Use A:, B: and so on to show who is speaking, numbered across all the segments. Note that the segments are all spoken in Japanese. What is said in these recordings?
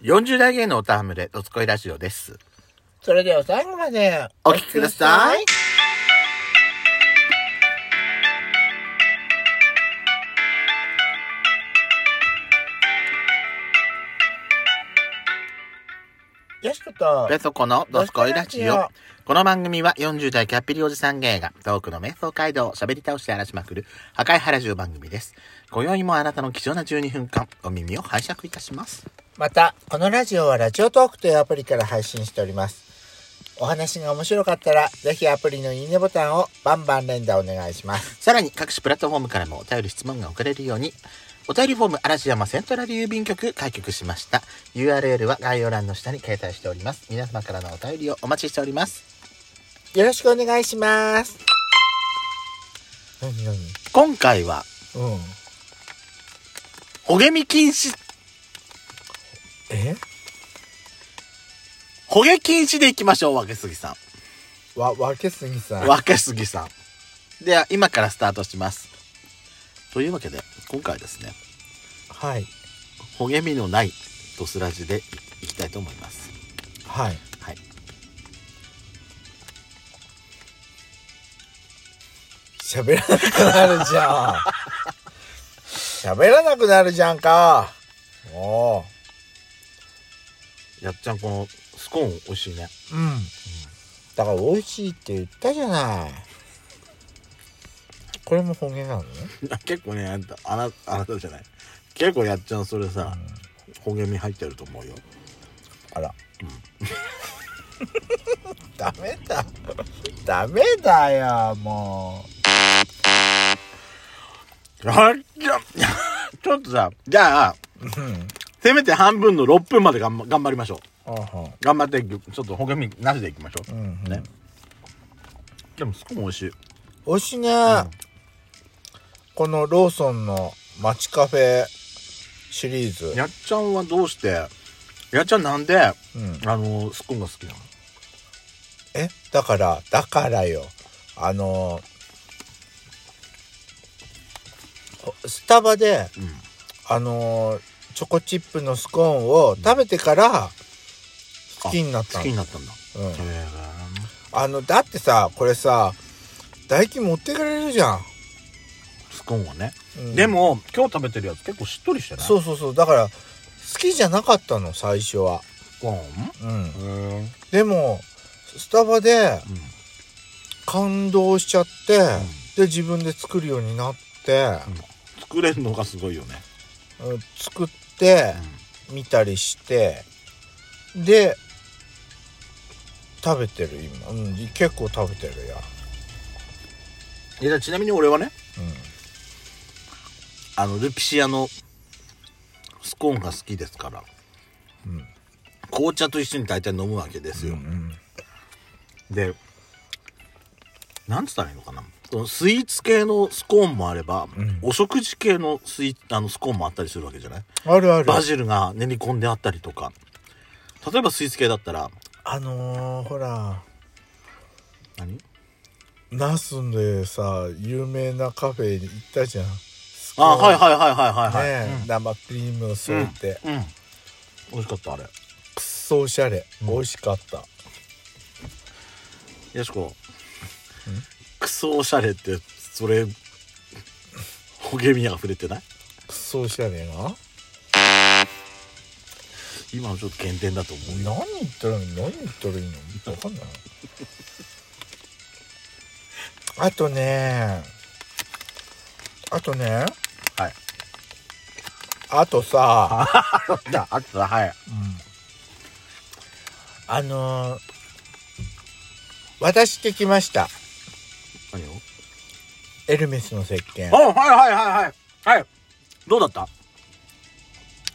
A: 40代芸のおたはむれ、どつこいラジオです。
B: それでは最後まで
A: お聞きください。
B: よしこと
A: ペソコのどつこいラジオ。この番組は40代キャッピリおじさん芸が、トークの瞑想街道を喋り倒して荒らしまくる、破壊原十番組です。今宵もあなたの貴重な12分間、お耳を拝借いたします。
B: またこのラジオはラジオトークというアプリから配信しておりますお話が面白かったらぜひアプリのいいねボタンをバンバン連打お願いします
A: さらに各種プラットフォームからもお便り質問が送れるように、お便りフォーム嵐山セントラル郵便局開局しました。URL は概要欄の下に掲載しております。皆様からのお便りをお待ちしております。
B: よろしくお願いします何何
A: 今回は、
B: うん
A: ほげみ禁止、
B: え
A: ほげ禁止でいきましょう、若杉さ
B: わ分けすぎさ
A: ん。
B: ん
A: 若杉さん。では、今からスタートします。というわけで、今回ですね、
B: はい
A: ほげみのないドスラジでいきたいと思います。
B: はい
A: はい。
B: 喋らなくなるじ ゃん喋らなくなるじゃんかも
A: やっちゃん、このスコーン美味しいね。
B: ううんだから美味しいって言ったじゃないこれも本音なのね
A: あ 結構ねあんたあなあなたじゃない結構やっちゃうそれさ、ほげみ入ってると思うよ
B: あら、 ダメだダメだよも
A: やっちゃん ちょっとさじゃあ
B: ううん
A: せめて半分の6分まで頑張頑張りましょう
B: あは
A: 頑張っていくちょっとほげみなしでいきましょう、
B: うん
A: ねでもすごい美味しい
B: 美味しいね、このローソンの街カフェシリーズ
A: やっちゃんはどうしてやっちゃんなんであ
B: うん
A: のスコーンが好きなの
B: えだからだからよあのほスタバで
A: うん
B: あのチョコチップのスコーンを食べてから好きになっ
A: 好
B: たの
A: きになったんだ
B: うん
A: へえ
B: あのだってさこれさ唾液持ってかれるじゃん、
A: スコーンはね、
B: うん
A: でも今日食べてるやつ結構しっとりしてない
B: そううそうそうだから好きじゃなかったの最初は
A: スコー
B: うん
A: ンへえ
B: でもスタバで感動しちゃって、で自分で作るようになって、
A: 作れるのがすごいよね
B: うん作って見たりしてで食べてる今、うん、結構食べてるや、
A: いやちなみに俺はね
B: うん、
A: あのルピシアのスコーンが好きですから、
B: うん
A: 紅茶と一緒に大体飲むわけですよ、でなんつったらいいのかなそのスイーツ系のスコーンもあれば、
B: ん
A: お食事系のスイーツあのスコーンもあったりするわけじゃない
B: あるある
A: バジルが練り込んであったりとか例えばスイーツ系だったら
B: あのー、ほら
A: 何
B: ナスでさ有名なカフェに行ったじゃん
A: あはい
B: い
A: はいはいはいはいはい、
B: ねえ、生クリームを添えて、く
A: う
B: っ
A: ん、うん、美味しかったあれ
B: そおしゃれ、美味しかった
A: よしこクソおしゃれってそれほげみあふれてない
B: くっそおしゃれな
A: 今のちょっと減点だと思うよ
B: 何言ったらいいの何言ったらいいの分か んないあとねあとね
A: はい
B: あとさ
A: あったあったはい
B: あのー、私ってきました
A: 何を
B: エルメスの石鹸
A: あはいはいはいはいはいどうだった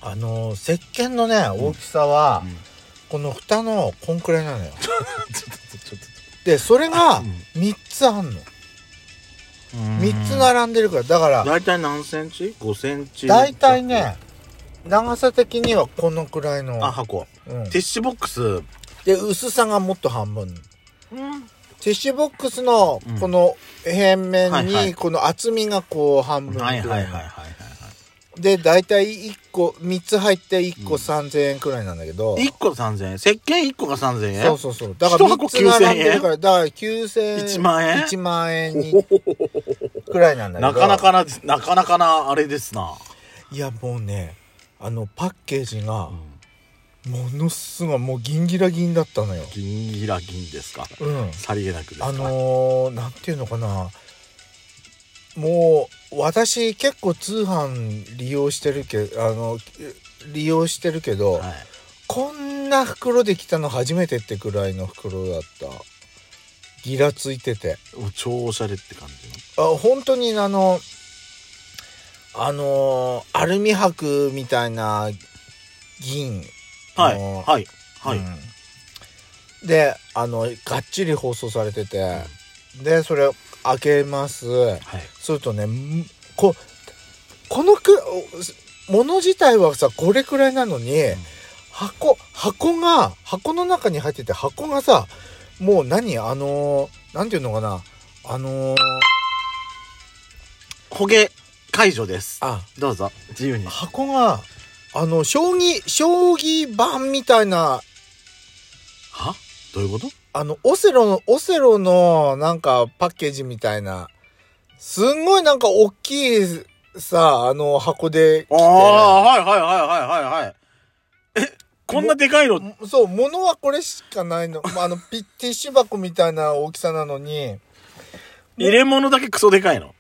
B: あの石鹸のね大きさは、
A: うん
B: この蓋のこんくらいなのよ
A: ちょっとちょっ
B: でそれ
A: う
B: が
A: ん
B: 3つあんの
A: と
B: 3つ並んでるからだから
A: 大体何センチ ?5 センチ
B: 大体ね長さ的にはこのくらいの、
A: あ箱
B: うん
A: ティッシュボックスうん
B: で薄さがもっと半分ティッシュボックスのこの平面
A: はいは
B: に
A: い
B: この厚みがこう半分く
A: はいはいはいはい
B: ら
A: はいい
B: の
A: はい
B: で大体1個3つ入って1個3,000円くらいなんだけど、
A: 1個3000円石鹸1個が3000円
B: そうそうそうだから
A: 一箱
B: 3つ並んでるからだから9000円
A: 1万円
B: 1万円にくらいなんだけ ど
A: なかなかななかなかなあれですな、
B: いやもうねあのパッケージがものすごいもうギンギラギンだったのよ
A: 銀ギラ銀ですか
B: うん
A: さりげなくですか
B: あのー、なんていうのかなもう私結構通販利用してるけあの利用してるけど、
A: はい、
B: こんな袋で来たの初めてってくらいの袋だったギラついてて
A: もう超おしゃれって感じの
B: あ本当にあのあのーアルミ箔みたいな銀
A: は
B: あの
A: いはいはい、
B: うんであのがっちり包装されてて、でそれ開けます
A: はい
B: するとねんここのくおもの自体はさこれくらいなのに、
A: ん
B: 箱箱が箱の中に入ってて箱がさもう何あのーなんていうのかなあのー
A: 焦げ解除です
B: あ
A: どうぞ自由に
B: 箱があの将棋将棋盤みたいな
A: はどういうこと
B: あの、オセロの、オセロの、なんか、パッケージみたいな、すんごいなんか、大きい、さ、あの、箱で来て、
A: あーはいはいはいはいはいはいえこんなでかいの
B: そう、物はこれしかないの。まあ、あの、ピ ティッシュ箱みたいな大きさなのに、
A: 入れ物だけクソでかいの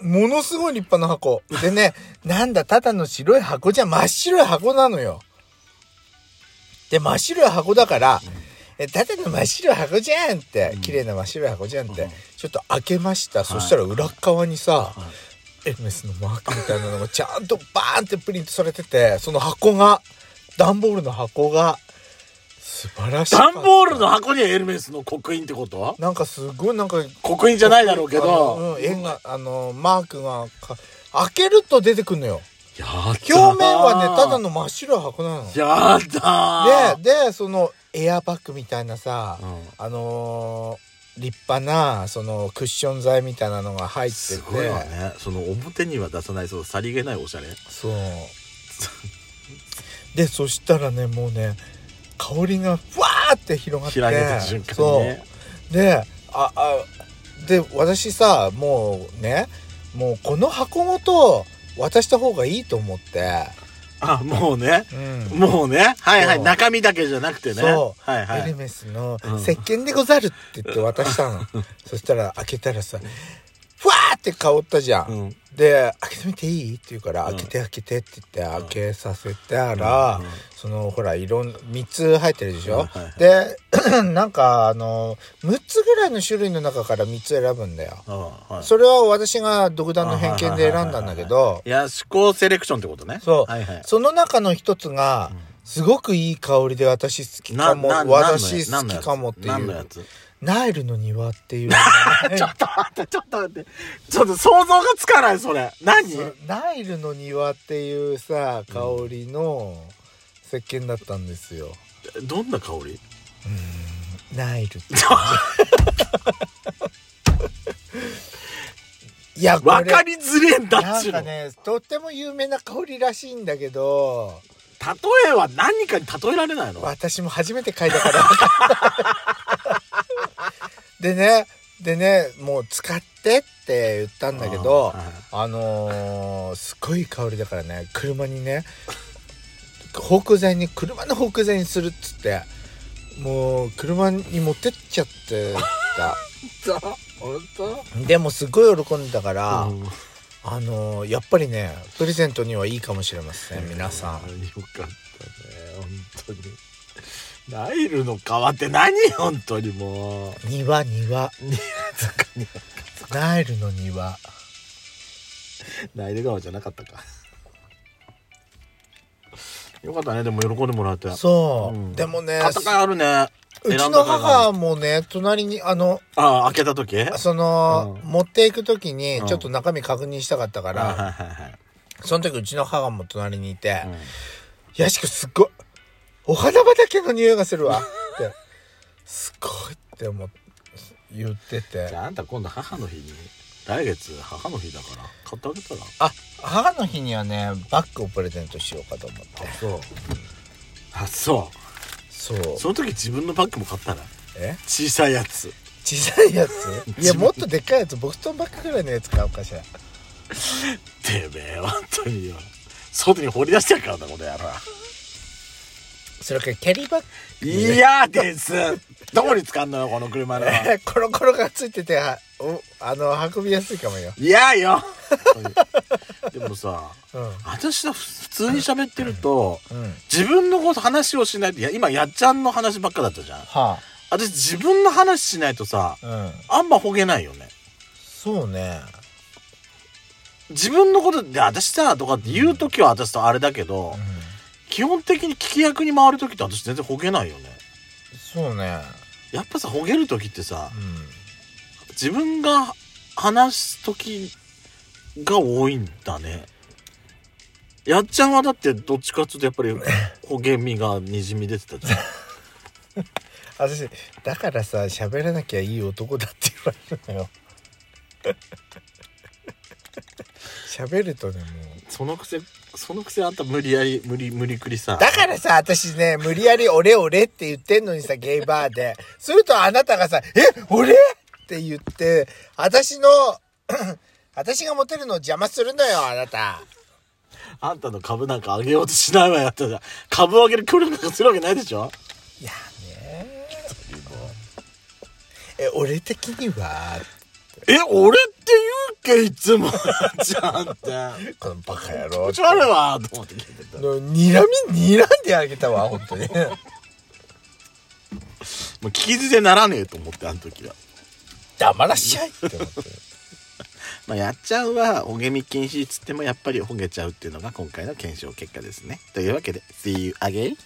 B: ものすごい立派な箱。でね、 なんだ、ただの白い箱じゃ、真っ白い箱なのよ。で、真っ白い箱だから、え、ただの真っ白い箱じゃんって、綺麗な真っ白い箱じゃんっ
A: う
B: て
A: ん、
B: ちょっと開けました。そしたら裏側にさ
A: は、
B: エルメスのマークみたいなのがちゃんとバーンってプリントされてて、その箱が、段ボールの箱が、素晴らしい。
A: 段ボールの箱にエルメスの刻印ってこと
B: なんかすごいなんか
A: 刻印じゃないだろうけ
B: あ
A: ど
B: のうん、絵が、あの、マークがか、開けると出てくるのよ。
A: や表
B: 表面はね、ただの真っ白い箱なの。
A: やだー
B: で、で、その、エアバッグみたいなさ、
A: うん
B: あのー立派な、その、クッション材みたいなのが入ってて。
A: すごいわねその表には出さないそのさりげないおしゃれ
B: そう。で、そしたらね、もうね、香りがふわーって広がって。
A: 開けた瞬間に
B: そう
A: ね。
B: でああで私さもうねもうこの箱ごと渡した方がいいと思って、
A: あもうね
B: うん
A: もうねはいはい
B: そう
A: 中身だけじゃなくてね
B: そう、
A: はいは
B: エル
A: い
B: メスの
A: うん
B: 石鹸でござるって言って渡し たのそしたら開けたらさふわーって香ったじゃん、
A: うん
B: で「開けてみていい?」って言うから「
A: うん
B: 開けて開けて」って言って開けさせた
A: う
B: ら
A: んうん
B: そのほらいろん3つ入ってるでし
A: は
B: ょ
A: いはい
B: で なんかあの6つぐらいの種類の中から3つ選ぶんだよ
A: あはい
B: それは私が独断の偏見で選んだんだけど
A: いや思考セレクションってことね
B: そう
A: はいはい
B: その中の一つがすごくいい香りで私好きかも
A: なな
B: 私好きかもって
A: 何
B: い
A: のや
B: う
A: つ
B: ナイルの庭っ ていう
A: ちょっと待ってちょっと待ってちょっと想像がつかないそれ何
B: ナイルの庭っていうさ香りの石鹸だったんですよ
A: どんな香り
B: ナイルって いやこ
A: わ
B: れ
A: かりづれえんだ
B: な
A: っちゅ
B: ん
A: うの
B: かねとっても有名な香りらしいんだけど
A: 例えは何かに例えられないの
B: 私も初めて嗅いだから分かんない でねでねもう使ってって言ったんだけ
A: あ
B: ど
A: ーはい
B: あのーすごい香りだからね車にね芳香剤に車の芳香剤にするっつってもう車に持ってっちゃってた
A: 本当
B: でもすごい喜んでたから、
A: あー
B: あのーやっぱりねプレゼントにはいいかもしれません皆さ
A: よ
B: ん
A: かったね本当にナイルの川って何本当にもう
B: 庭庭 ナイルの庭
A: ナイル川じゃなかったかよかったねでも喜んでもらえて
B: そう、
A: うん
B: でもね
A: 戦いあるね
B: うち
A: 選ん
B: の
A: だから
B: 母もね隣にあの
A: ああ開けた時
B: その、
A: う
B: 持っていく時に
A: うん
B: ちょっと中身確認したかったか
A: あはい
B: ら、
A: はいはい
B: その時うちの母も隣にいて
A: うん
B: 「ヤシコすっごいお花畑の匂いがするわ」って「すごい」って思っ言ってて
A: じゃああんた今度母の日に来月母の日だから買ってあげたら
B: あ母の日にはねバッグをプレゼントしようかと思って
A: あそうあそう
B: そう
A: その時自分のバッグも買ったら
B: え
A: 小さいやつ
B: 小さ いやついやもっとでっかいやつボストンバッグぐらいのやつ買おうかしら
A: てめえ本当によ外に放り出してやるからなこの野郎
B: それからキャリーバッ
A: いやですどこに使うのよこの車の
B: グ コロコロがついててはおあの運びやすいかもよ
A: いやよ本当にでもさ
B: うん
A: 私は普通に喋ってると
B: うん
A: 自分のこと話をしないといや今やっちゃんの話ばっかだったじゃん
B: は
A: 私自分の話しないとさ
B: あうん
A: あんまほげないよね
B: そうね
A: 自分のことで私さとかって言う時は私とあれだけど、
B: うん
A: 基本的に聞き役に回る時って私全然ほげないよね
B: そうね
A: やっぱさほげる時ってさ
B: うん
A: 自分が話す時が多いんだねやっちゃんはだってどっちかっていうとやっぱり ほげみがにじみ出てたじゃん
B: 私だからさ喋らなきゃいい男だって言われるのよ 喋るとねもう
A: そのくせそのくせあんた無理やり無理無理くりさ
B: だからさ私ね無理やり「俺俺」って言ってんのにさゲイバーでするとあなたがさ「え俺?」って言って私の 私がモテるのを邪魔するのよあなた
A: あんたの株なんか上げようとしないわやったじゃん株上げる協力なんかするわけないでしょ
B: いやねえ俺的には
A: え俺って言うけいつも じゃんって
B: このバカ野郎
A: こっち悪いわと思って聞いてたも
B: の睨み睨んであげたわ本当に
A: う聞き捨てならねえと思ってあの時は
B: 黙らしちゃいって思ってる
A: まあ、やっちゃうは、ほげみ禁止っつっても、やっぱりほげちゃうっていうのが今回の検証結果ですね。というわけで、See you again!